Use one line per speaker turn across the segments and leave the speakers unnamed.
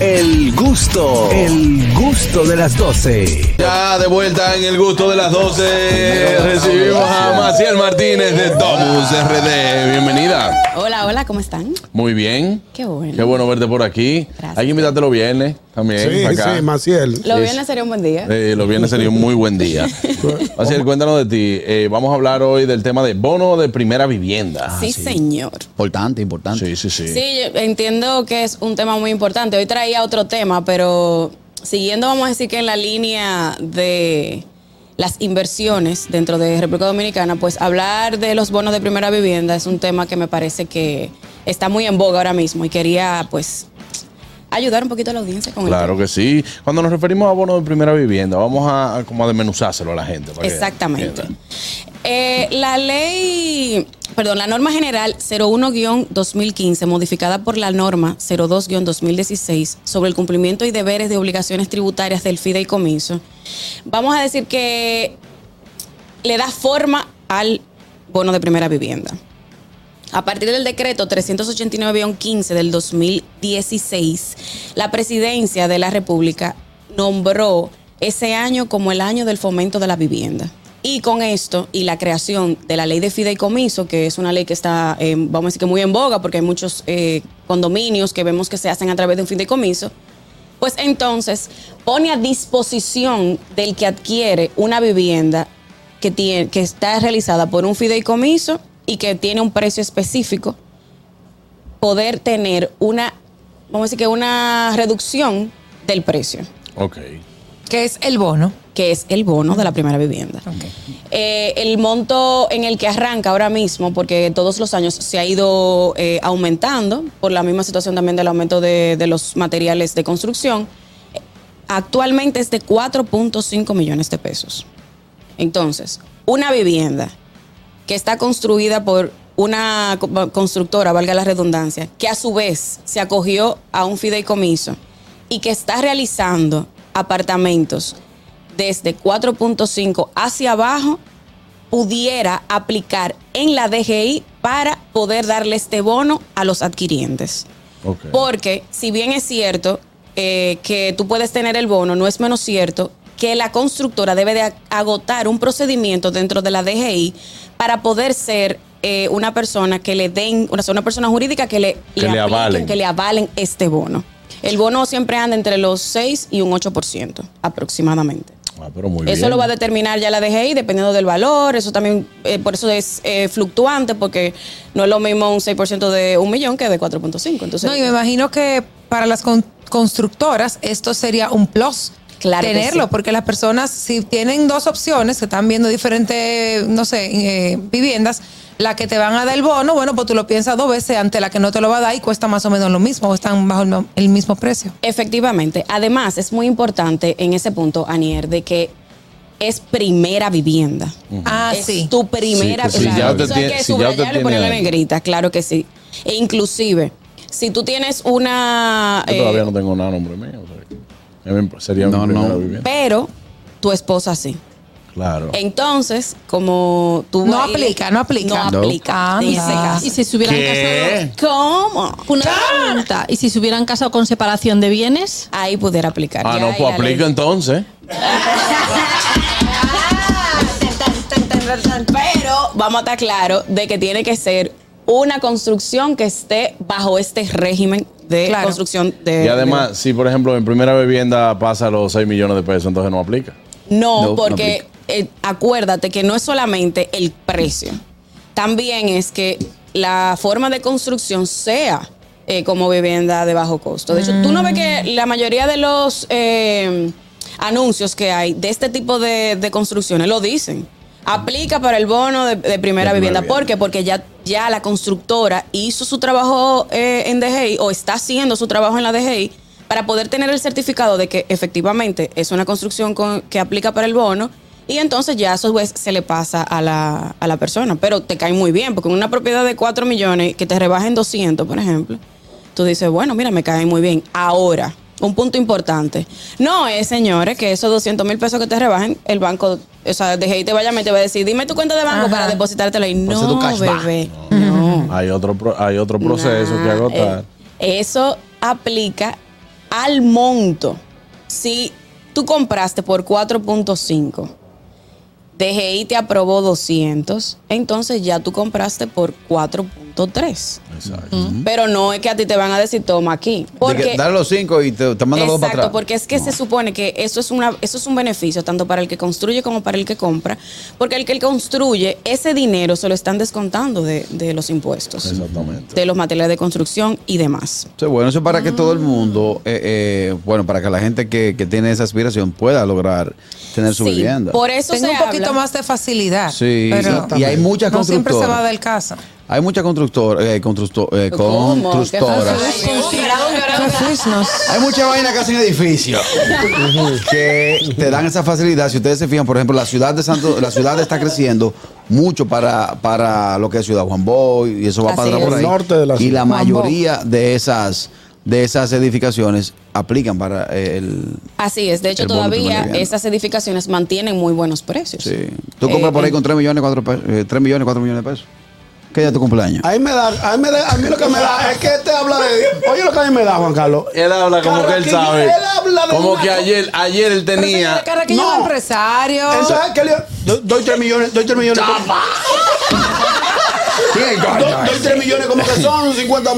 El gusto, el gusto de las 12.
Ya de vuelta en el gusto de las 12 recibimos a Maciel Martínez de Domus RD. Bienvenida.
Hola, hola, ¿cómo están?
Muy bien.
Qué bueno.
Qué bueno verte por aquí.
Gracias.
Hay que invitarte los viernes también.
Sí,
acá.
sí, Maciel.
Lo viernes sería un buen día.
Eh, los viernes sería un muy buen día. Maciel, cuéntanos de ti. Eh, vamos a hablar hoy del tema de bono de primera vivienda.
sí, señor.
Importante,
Sí,
importante.
sí, ah, sí.
Sí, yo entiendo que es un tema muy importante. Hoy traía otro tema, pero siguiendo, vamos a decir que en la línea de las inversiones dentro de República Dominicana, pues hablar de los bonos de primera vivienda es un tema que me parece que está muy en boga ahora mismo y quería, pues, ayudar un poquito a la audiencia con el
Claro que sí. Cuando nos referimos a bono de primera vivienda, vamos a, a como a desmenuzárselo a la gente. para que
Exactamente.
entienda.
Eh, la ley, perdón, la norma general 01-2015, modificada por la norma 02-2016 sobre el cumplimiento y deberes de obligaciones tributarias del fideicomiso, vamos a decir que le da forma al bono de primera vivienda. A partir del decreto 389-15 del 2016, la presidencia de la República nombró ese año como el año del fomento de la vivienda. Y con esto y la creación de la ley de fideicomiso, que es una ley que está, eh, vamos a decir que muy en boga, porque hay muchos eh, condominios que vemos que se hacen a través de un fideicomiso, pues entonces pone a disposición del que adquiere una vivienda que, tiene, que está realizada por un fideicomiso y que tiene un precio específico, poder tener una, vamos a decir que una reducción del precio,
Ok.
que es el bono.
que es el bono de la primera vivienda. Eh, el monto en el que arranca ahora mismo, porque todos los años se ha ido eh, aumentando, por la misma situación también del aumento de, de los materiales de construcción, eh, actualmente es de 4.5 millones de pesos. Entonces, una vivienda que está construida por una co- constructora, valga la redundancia, que a su vez se acogió a un fideicomiso y que está realizando apartamentos desde 4.5 hacia abajo, pudiera aplicar en la DGI para poder darle este bono a los adquirientes.
Ok.
Porque si bien es cierto eh, que tú puedes tener el bono, no es menos cierto que la constructora debe de ag- agotar un procedimiento dentro de la DGI para poder ser eh, una persona que le den, o sea, una persona jurídica que le,
Que le avalen.
que le avalen este bono. El bono siempre anda entre los 6 y un 8% aproximadamente.
Ah, pero muy
Eso
bien.
lo va a determinar ya la DGI dependiendo del valor, eso también, eh, por eso es eh, fluctuante porque no es lo mismo un 6% de un millón que de 4.5. Entonces,
No, y me imagino que para las con- constructoras esto sería un plus.
Claro que
tenerlo,
sí.
porque las personas, si tienen dos opciones, que están viendo diferentes, no sé, eh, viviendas, la que te van a dar el bono, bueno, pues tú lo piensas dos veces ante la que no te lo va a dar y cuesta más o menos lo mismo, o están bajo el, mo- el mismo precio.
Efectivamente. Además, es muy importante en ese punto, Anier, de que es primera vivienda.
Ah,
es
sí.
tu primera
Sí, pues, si
claro.
ya usted
Eso hay
tiene-
que
si ya
subrayarlo
usted
y ponerlo
tiene
en negrita, claro que sí. E inclusive, si tú tienes una...
Yo
eh,
todavía no tengo nada nombre mío. o sea, que me- Sería
No,
mi primera
no.
vivienda.
Pero tu esposa sí.
Claro.
Entonces, como tú...
No
ahí-
aplica, no aplica. Ah,
No
No.
aplica. en ese
Anda.
Y
caso.
si se hubieran
¿Qué?
¿Cómo?
casado. Una pregunta. ¿Y si se hubieran casado con separación de bienes?
Ahí pudiera aplicar.
Ah,
Ya
no,
ahí
pues
la ley-
aplica entonces.
Pero vamos a estar claro de que tiene que ser una construcción que esté bajo este régimen de
Claro.
construcción de.
Y además, si por ejemplo en primera vivienda pasa los 6 millones de pesos, entonces no aplica.
No,
No, no
porque eh, acuérdate que no es solamente el precio, también es que la forma de construcción sea eh, como vivienda de bajo costo. De hecho, tú no ves que la mayoría de los eh, anuncios que hay de este tipo de, de construcciones lo dicen. Aplica para el bono de, de primera vivienda. ¿Por qué? Porque ya, ya la constructora hizo su trabajo eh, en DGI o está haciendo su trabajo en la DGI para poder tener el certificado de que efectivamente es una construcción con- que aplica para el bono y entonces ya eso pues, se le pasa a la, a la persona. Pero te cae muy bien, porque una propiedad de 4 millones que te rebajen 200, por ejemplo, tú dices, bueno, mira, me cae muy bien. Ahora, un punto importante. No es, señores, que esos 200 mil pesos que te rebajen, el banco, o sea, de ahí te vaya a meter, va a decir, dime tu cuenta de banco
Ajá.
para depositártelo. Y
Por ser tu
no,
cashback.
bebé, no.
Hay otro pro- hay otro proceso
Nah,
que agotar.
eh, eso aplica al monto. Si tú compraste por 4.5, DGI te aprobó 200, entonces ya tú compraste por 4.3.
Exacto.
Pero no es que a ti te van a decir, toma aquí.
De que
Porque,
dar los cinco y te, te mando los dos para atrás.
Exacto, porque es que se supone que eso es una, eso es un beneficio tanto para el que construye como para el que compra, porque el que construye ese dinero se lo están descontando de, de los impuestos,
Exactamente.
de los materiales de construcción y demás.
Eso es bueno, eso es para que todo el mundo, eh, eh, bueno, para que la gente que, que tiene esa aspiración pueda lograr tener su
Sí,
vivienda.
Por eso
Tengo
se
un poquito
habla-
más de facilidad.
Sí,
pero
y hay muchas
No siempre se
constructoras.
va del caso.
Hay muchas constructoras, eh, constructo- eh,
¿Cómo?
constructoras.
¿Qué
¿Qué fuisnos?
Hay mucha vaina que hacen edificios que te dan esa facilidad. Si ustedes se fijan, por ejemplo, la ciudad de Santo, la ciudad está creciendo mucho para, para lo que es Ciudad Juan Boy y eso va
Así
para atrás
es.
por ahí.
El norte de la
y la
ciudad.
mayoría de esas de esas edificaciones aplican para eh, el
Así es, de hecho
El bono de
todavía
primera vivienda.
esas edificaciones mantienen muy buenos precios.
sí. Tú compras
Eh,
por ahí
eh.
con 3 millones, 4 millones, 4 millones de pesos. ¿Qué día es tu cumpleaños?
A mí, me da, a, mí me da- a mí lo que me da es que este habla de. Oye, lo que a mí me da, Juan Carlos.
Él habla como que él
Carraquillo,
sabe.
él habla de
Como
una
que
cosa.
ayer, ayer él
Pero señores,
tenía.
Carraquillo
No.
es empresario.
Entonces, ¿qué le doy- Doy 3 millones, doy 3 millones. Doy, doy 3 millones como que son 50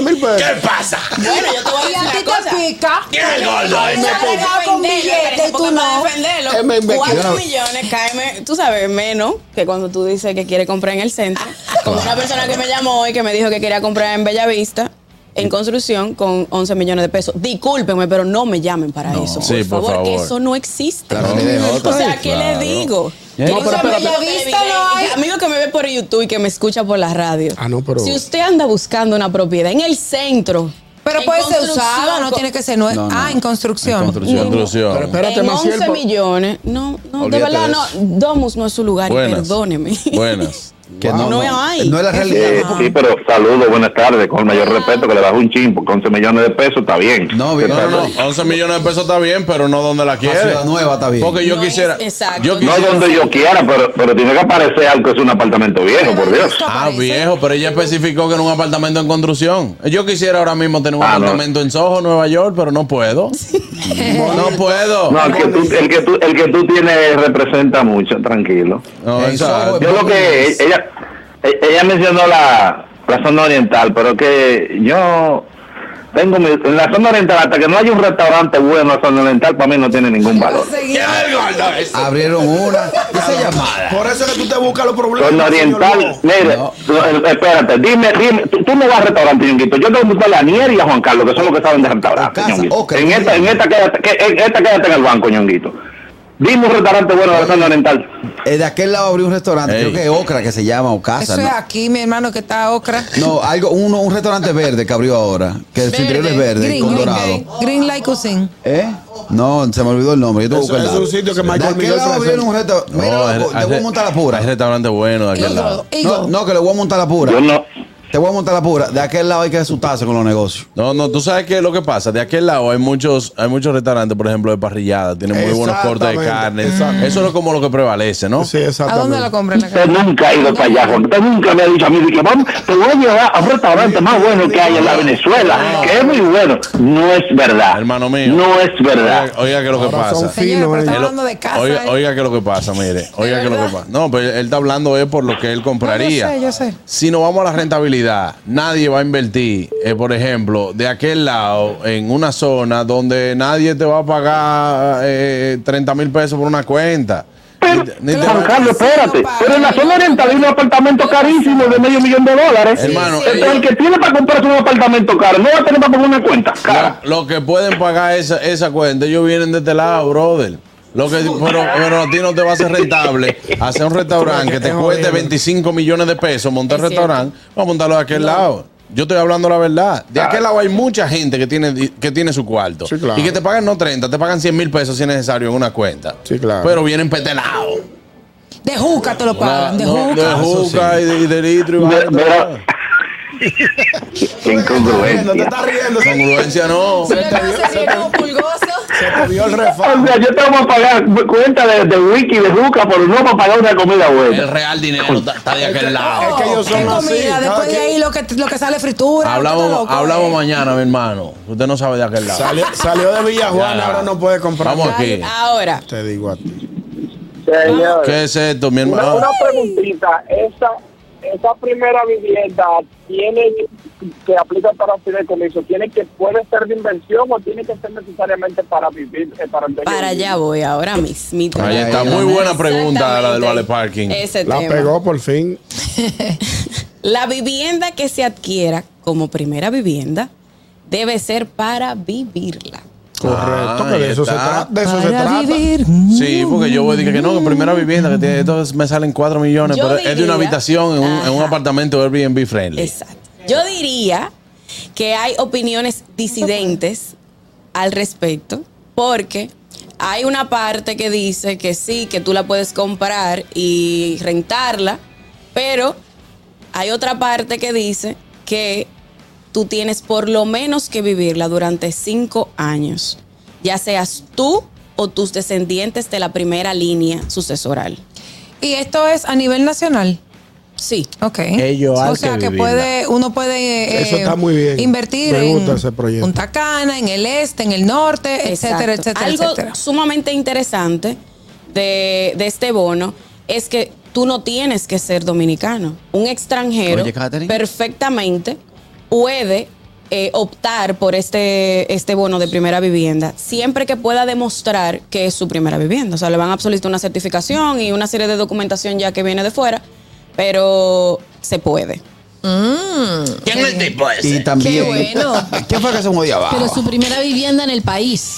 mil pesos.
pasa?
eh, Bueno, yo te voy a
Y a
decir
ti
una
te
cosa.
pica.
¿Quién es el gordo? Ahí me
Sale
pongo.
regado con billete, tú no.
Eh, me- me-
Cuatro
yo no-
millones caeme, tú sabes, menos que cuando tú dices que quiere comprar en el centro. Como una persona que me llamó hoy que me dijo que quería comprar en Bellavista, en construcción, con 11 millones de pesos. Discúlpenme, pero no me llamen para eso.
Sí, por
que
favor.
eso no existe.
La realidad es
O
otra.
sea, ¿qué
Claro.
le digo?
Ya, no,
Tengo
pero
un amigo
espérate.
que me
Bellavista
vive-
no hay.
amigo que me ve por YouTube y que me escucha por la radio.
Ah, no, pero-
Si usted anda buscando una propiedad en el centro.
Pero
en
puede ser
construcción,
usada, no
co-
tiene que ser nueva.
No, no.
Ah, en construcción.
En construcción.
Pero
Construcción.
espérate,
en
Maciel.
11
por-
millones. No, no, de
Olvídate
verdad,
de
no.
eso.
Domus no es su lugar, y
Buenas.
perdóneme.
Buenas.
Que
No hay.
no es la
Es
Sí,
realidad.
sí, pero saludos, buenas tardes, con el mayor respeto, que le bajo un chin, porque 11 millones de pesos está bien.
No, bien,
No, no, no.
Espérate.
11 millones de pesos está bien, pero no donde la quiere.
Ciudad Nueva está bien.
Porque yo
No es-
quisiera.
exacto.
Yo
No es
quisiera-
donde yo quiera, pero, pero tiene que aparecer algo que es un apartamento viejo, por Dios.
Ah, viejo, pero ella especificó que era un apartamento en construcción. Yo quisiera ahora mismo tener un
Ah, no.
apartamento en Soho, Nueva York, pero no puedo. no puedo.
No, el que tú, el que tú, el que tú tienes representa mucho, tranquilo.
No,
En
exacto.
Soho
Yo lo que e, ella, ella mencionó la, la zona oriental, pero que yo tengo mi- en la zona oriental hasta que no haya un restaurante bueno en la zona oriental para mí no tiene ningún valor.
¿Quién es el gordo ese?
Abrieron una. Esa llamada.
Por eso es que tú te buscas los problemas.
Con
señor
Oriental,
Lobo.
mire,
No.
no, eh, espérate, dime, dime, tú, tú no vas al restaurante, Ñonguito. Yo te voy a buscar a Aniel y a Juan Carlos, que son los que saben de restaurante,
O casa,
Ñonguito.
ok,
en, esta, en,
bien.
esta quédate, que- en esta quédate en el banco, Ñonguito. Dime un restaurante bueno de la zona oriental.
Eh, de aquel lado abrió un restaurante,
Ey.
creo que es Ocra que se llama o
Eso
Casa.
es
¿no?
aquí, mi hermano, que está ocra.
No, algo, uno, un restaurante verde que abrió ahora, que el su interior es verde,
Green,
con
green,
dorado.
green Light Cuisine.
¿Eh? No, se me olvidó el nombre. Yo tengo
Eso-
que
es
buscar.
un sitio que Michael
De aquel
Miguel
lado
Francés-
abrieron un restaurante.
No,
Mira, loco,
hay-
te voy a
hay-
montar la
Hay
pura.
restaurante bueno de aquel
Igor,
lado.
No,
Igor.
no, que le voy a montar la pura.
Yo no.
Te voy a montar la pura. De aquel lado hay que asustarse con los negocios.
No, no, tú sabes que lo que pasa, de aquel lado hay muchos, hay muchos restaurantes, por ejemplo, de parrillada, tienen muy buenos cortes de carne.
Exactamente, exacto.
Eso es lo- como lo que prevalece, ¿no?
Sí,
¿A
exactamente.
dónde lo compran? la
Usted
cara?
nunca ha ido para allá, Juan. Usted nunca me ha dicho a mí, que vamos, te voy a llevar a un restaurante más bueno que hay en
Ah.
la Venezuela, que es muy bueno. No es verdad.
Hermano mío.
No es verdad.
Oiga, oiga que lo que
Ahora son
pasa.
Sí,
Señores,
no,
pero
eh.
estamos
Él-
hablando de casa.
oiga,
eh.
oiga que lo que pasa, mire. Oiga que lo que
verdad?
pasa. No, pero él está hablando es por lo que él compraría.
No, yo sé, yo sé.
Si nos vamos a la rentabilidad, nadie va a invertir, eh, por ejemplo, de aquel lado, en una zona donde nadie te va a pagar eh, 30 mil pesos por una cuenta.
Pero,
Ni- ni te
Juan
va-
Carlos, espérate. Pero en la zona oriental hay un apartamento carísimo de medio millón de dólares.
Hermano,
Entonces,
eh,
el que tiene para comprarse un apartamento caro no va a tener para poner una cuenta. Cara.
Lo, lo que pueden pagar esa, esa cuenta, ellos vienen de este lado, brother. Lo que, pero, pero a ti no te va a ser rentable hacer un restaurante que te cueste 25 millones de pesos, montar
Es cierto.
restaurante, vamos a montarlo de aquel lado. Yo estoy hablando la verdad. De aquel lado hay mucha gente que tiene, di- que tiene su cuarto.
Sí, claro.
Y que te pagan no 30, te pagan 100 mil pesos si es necesario en una cuenta.
Sí, claro.
Pero vienen petelados.
De juca te lo pagan, de
No,
juca.
de juca y, de, y de litro y vaina.
Mira, mira. Qué
No te
incongruencia.
estás riendo.
Congruencia no.
Pero no, sería como pulgoso.
Se te vio el refán.
O sea, yo tengo que pagar cuenta de, de Wiki, de Juca, por no para pagar una comida
El
buena.
real dinero está está de aquel
Es
lado.
que ellos son
¿Qué
así,
comida?
cada
Después de
quien-
ahí lo que, lo que sale fritura.
Hablamos,
usted está loco,
hablamos
eh.
mañana, mi hermano. Usted no sabe de aquel lado.
Salió, salió de Villa
Ya,
Juana,
ya.
ahora no puede comprar.
Vamos
nada.
aquí.
Ahora,
Te digo a ti.
Señor,
¿Qué es esto, mi
una,
Ah.
hermano?
una preguntita. Esa, esa primera vivienda tiene que aplica para fideicomiso, tiene que puede ser de inversión o tiene que ser necesariamente para vivir, eh, para tener
para
vivir?
allá voy, ahora mismito.
Ahí está, muy buena pregunta la del Vale Parking.
Ese
Este
La
tema.
pegó por fin.
La vivienda que se adquiera como primera vivienda debe ser para vivirla.
Correcto,
Ah,
que de
ahí
eso se
está.
trata. De eso se
Para
trata.
vivir.
Sí, porque yo voy a decir que no, que primera vivienda, que tiene, entonces me salen 4 millones,
Yo
pero es de una
diría-
habitación en un, en un
Ajá.
apartamento Airbnb friendly.
Exacto. Yo diría que hay opiniones disidentes al respecto, porque hay una parte que dice que sí, que tú la puedes comprar y rentarla, pero hay otra parte que dice que tú tienes por lo menos que vivirla durante cinco años, ya seas tú o tus descendientes de la primera línea sucesoral.
Y esto es a nivel nacional.
Sí.
Ok.
Ellos hay
o sea
que
que
vivirla.
puede, uno puede eh,
Eso está muy bien.
invertir
Me gusta
en
ese proyecto.
Punta Cana, en el este, en el norte,
Exacto.
etcétera, etcétera,
Algo
etcétera.
sumamente interesante de, de este bono es que tú no tienes que ser dominicano. Un extranjero
Oye, Katherine.
perfectamente puede eh, optar por este, este bono de primera vivienda siempre que pueda demostrar que es su primera vivienda. O sea, le van a solicitar una certificación y una serie de documentación ya que viene de fuera, pero se puede.
¿Quién es el tipo
Y también.
Qué bueno.
¿Quién fue que se movió abajo? Eh,
Pero su primera vivienda en el país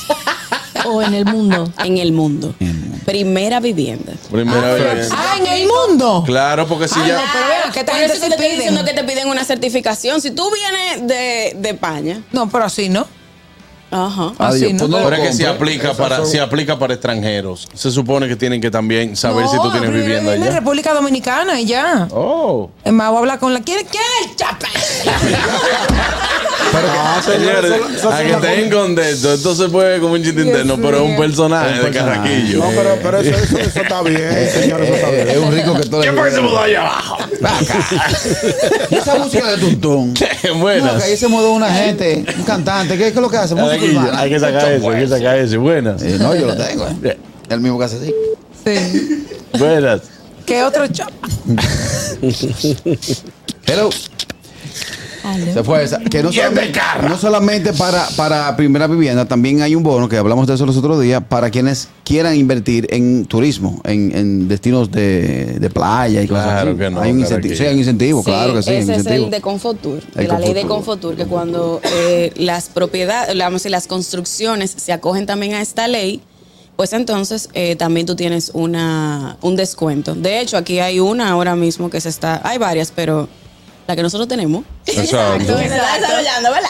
o en el mundo.
Ah.
En el mundo. Primera vivienda.
Primera vivienda.
Ah, en el mundo.
Claro, porque si
Ah,
ya.
no, pero vean, que esta
Por
gente
eso
se
te estoy
piden.
diciendo que te piden una certificación. Si tú vienes de, de España,
No, pero así, ¿no?
ajá.
Adiós,
Así, ¿no?
pues no lo
Pero es que se
compre.
aplica, para, se aplica para extranjeros. Se supone que tienen que también saber si tú
No,
tienes
primera
vivienda
en
allá.
República Dominicana y ya.
Oh.
Es más, voy a hablar con la. ¿Quién, quién es el chapa?
Pero
Ah, señores, a que estén contentos. Esto se puede como un chiste interno, pero es un personaje de Carraquillo.
No, pero, pero eso, eso, eso está bien, señores, eso está
Eh, eh,
bien.
es un rico que todo ¿Qué fue que se mudó allá abajo? Esa música de tuntún. No, que
Buenas.
ahí se mudó una gente, un cantante. ¿Qué, qué es lo que hace? Música
Carraquillo,
urbana.
Hay que sacar eso, hay que sacar eso. Buenas.
Eh, no, yo lo tengo. eh. El mismo que hace así.
Sí.
Buenas.
¿Qué otro chapa?
Hello. Se fue esa. Que no, solamente, no solamente para, para primera vivienda, también hay un bono que hablamos de eso los otros días para quienes quieran invertir en turismo, en, en destinos de, de playa y cosas
Claro
así.
que no,
hay un
claro
incentivo.
que-
Sí, hay un incentivo, claro que sí. hay un
Ese es
incentivo.
el de Confotur, de
El
la ley de
Confotur.
Confotur, que cuando eh, las propiedades, digamos, y las construcciones se acogen también a esta ley, pues entonces eh, también tú tienes una, un descuento. De hecho, aquí hay una ahora mismo que se está, hay varias, pero la que nosotros tenemos,
Exacto.
que se está desarrollando, ¿verdad?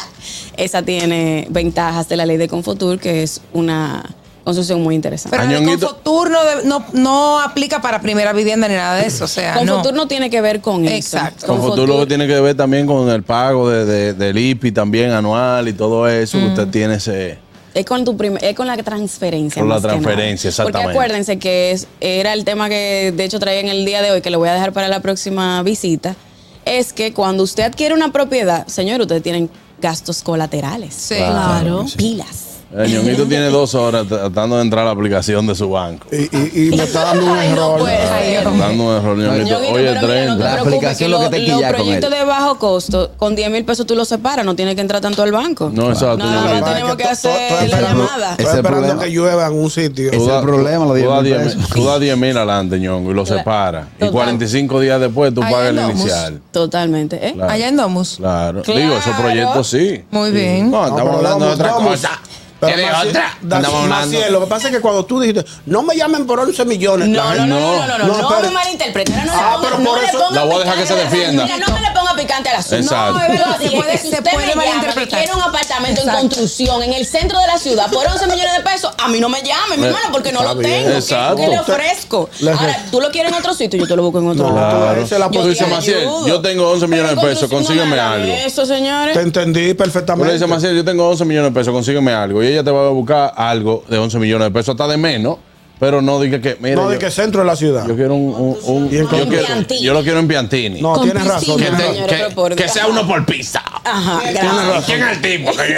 Esa tiene ventajas de la ley de Confotur, que es una construcción muy interesante.
Pero el
Añonguito.
Confotur no, de- no, no aplica para primera vivienda ni nada de eso. O sea, Ah, no.
Confotur no. tiene que ver con
Exacto.
eso.
Con futuro lo que tiene que ver también con el pago de, de- del IPI también anual y todo eso. que Usted tiene ese.
Es con, tu prim- es con la transferencia.
Con la
más que nada.
transferencia, exactamente.
Porque acuérdense que es- era el tema que de hecho traía en el día de hoy, que lo voy a dejar para la próxima visita, es que cuando usted adquiere una propiedad, señor, ustedes tienen gastos colaterales.
Sí.
Claro.
Pilas.
El ñonguito tiene dos horas tratando de entrar a la aplicación de su banco.
Y, y, y me está dando un error.
Ay, Dios mío.
Dando un error, ñonguito.
Ñonguito,
Hoy es
pero mira, no te
30.
La
preocupes,
aplicación
que
lo que
lo-
te
los
quilla con
proyectos
él.
de bajo costo, con 10 mil pesos tú los separas, no tienes que entrar tanto al banco.
No, exacto.
Nada
ñonguito.
más tenemos que hacer la
esperando,
llamada.
Es
Estoy
el
esperando
problema.
que llueva en un sitio.
Es el problema, los
Tú
10
das
mil
10 mil-
pesos.
tú das 10 mil adelante, ñongo, y lo separa. Y
Total.
45 días después tú
Ahí
pagas el
andamos.
inicial.
Totalmente. ¿eh?
Claro.
Allá en Domus.
Claro.
Claro.
Digo, esos proyectos sí.
Muy bien.
No, estamos
pero
hablando de
vamos,
otra
vamos.
cosa.
Pero
¿Qué de
Maciel-
otra?
Da-
Estamos hablando.
Maciel, Lo que pasa es que cuando tú dijiste, no me llamen por 11 millones. la
No, no, no,
gente-
No,
no, no, no,
no,
no, no,
espere.
me malinterprete. No, no,
Ah,
le
pero
ponga- no
por
le
eso-
ponga
La voy a dejar que
picante
se
al asunto.
defienda.
Mira, no me le ponga picante al asunto.
Exacto.
No, es verdad.
Se
Si
puede-
usted
se
me
puede
llama que
malinterpretar.
quiere un apartamento
Exacto.
en construcción en el centro de la ciudad por 11 millones de pesos, a mí no me llame, mi
Eh,
hermano, porque no
está
lo
bien.
tengo. ¿Qué-
Exacto.
¿Qué le ofrezco?
Le-
Ahora, tú lo quieres en otro sitio, yo te lo busco en otro
No,
lado.
tú dices la
Tú
posición.
dices,
te
Maciel,
ayudo.
yo tengo 11 millones de
Pero
pesos,
construcción no me
consígueme
hagan
algo.
Eso, señores.
Te entendí
Tú le
perfectamente.
dices, Maciel, yo tengo 11 millones de pesos, consígueme algo. Y y ella te va a buscar algo de 11 millones de pesos, hasta de menos, pero no diga que, mira,
No,
yo,
de que centro de la ciudad.
yo quiero un, un- un-
Y en
yo,
Con
quiero-
Piantini.
yo lo quiero en Piantini. Ah,
No,
Con
tienes razón.
piscina.
tienes
Que,
razón.
Señor, pero por
que, que
Dios.
sea uno por pizza.
Ajá, gracias.
¿Quién es el tipo que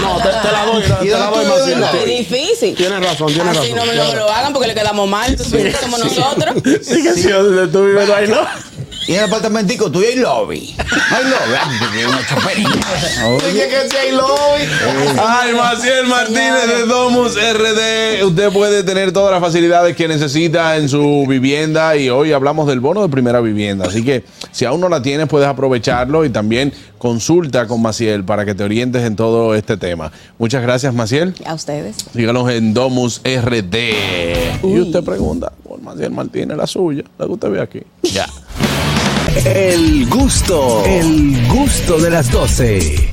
No, te, te la doy, te,
¿Y
la doy
dónde tú
más
vives,
bien.
Laura?
Qué difícil.
Tienes razón, tienes
Así
razón.
no me lo,
tienes
me
razón.
lo hagan porque le quedamos mal, tú sabes que somos nosotros.
Sí, que si tú vives ahí, ¿no?
Y en el apartamentico tuyo hay lobby. Hay lobby. Ah, tú tienes una chofería.
Dije que si hay lobby.
Ay, Maciel Martínez de Domus RD. Usted puede tener todas las facilidades que necesita en su vivienda y hoy hablamos del bono de primera vivienda. Así que si aún no la tienes, puedes aprovecharlo y también consulta con Maciel para que te orientes en todo este tema. Muchas gracias, Maciel.
A ustedes.
Síganos en Domus RD. Y usted pregunta por Maciel Martínez, la suya, la que usted ve aquí. Ya.
El gusto, el gusto de las 12.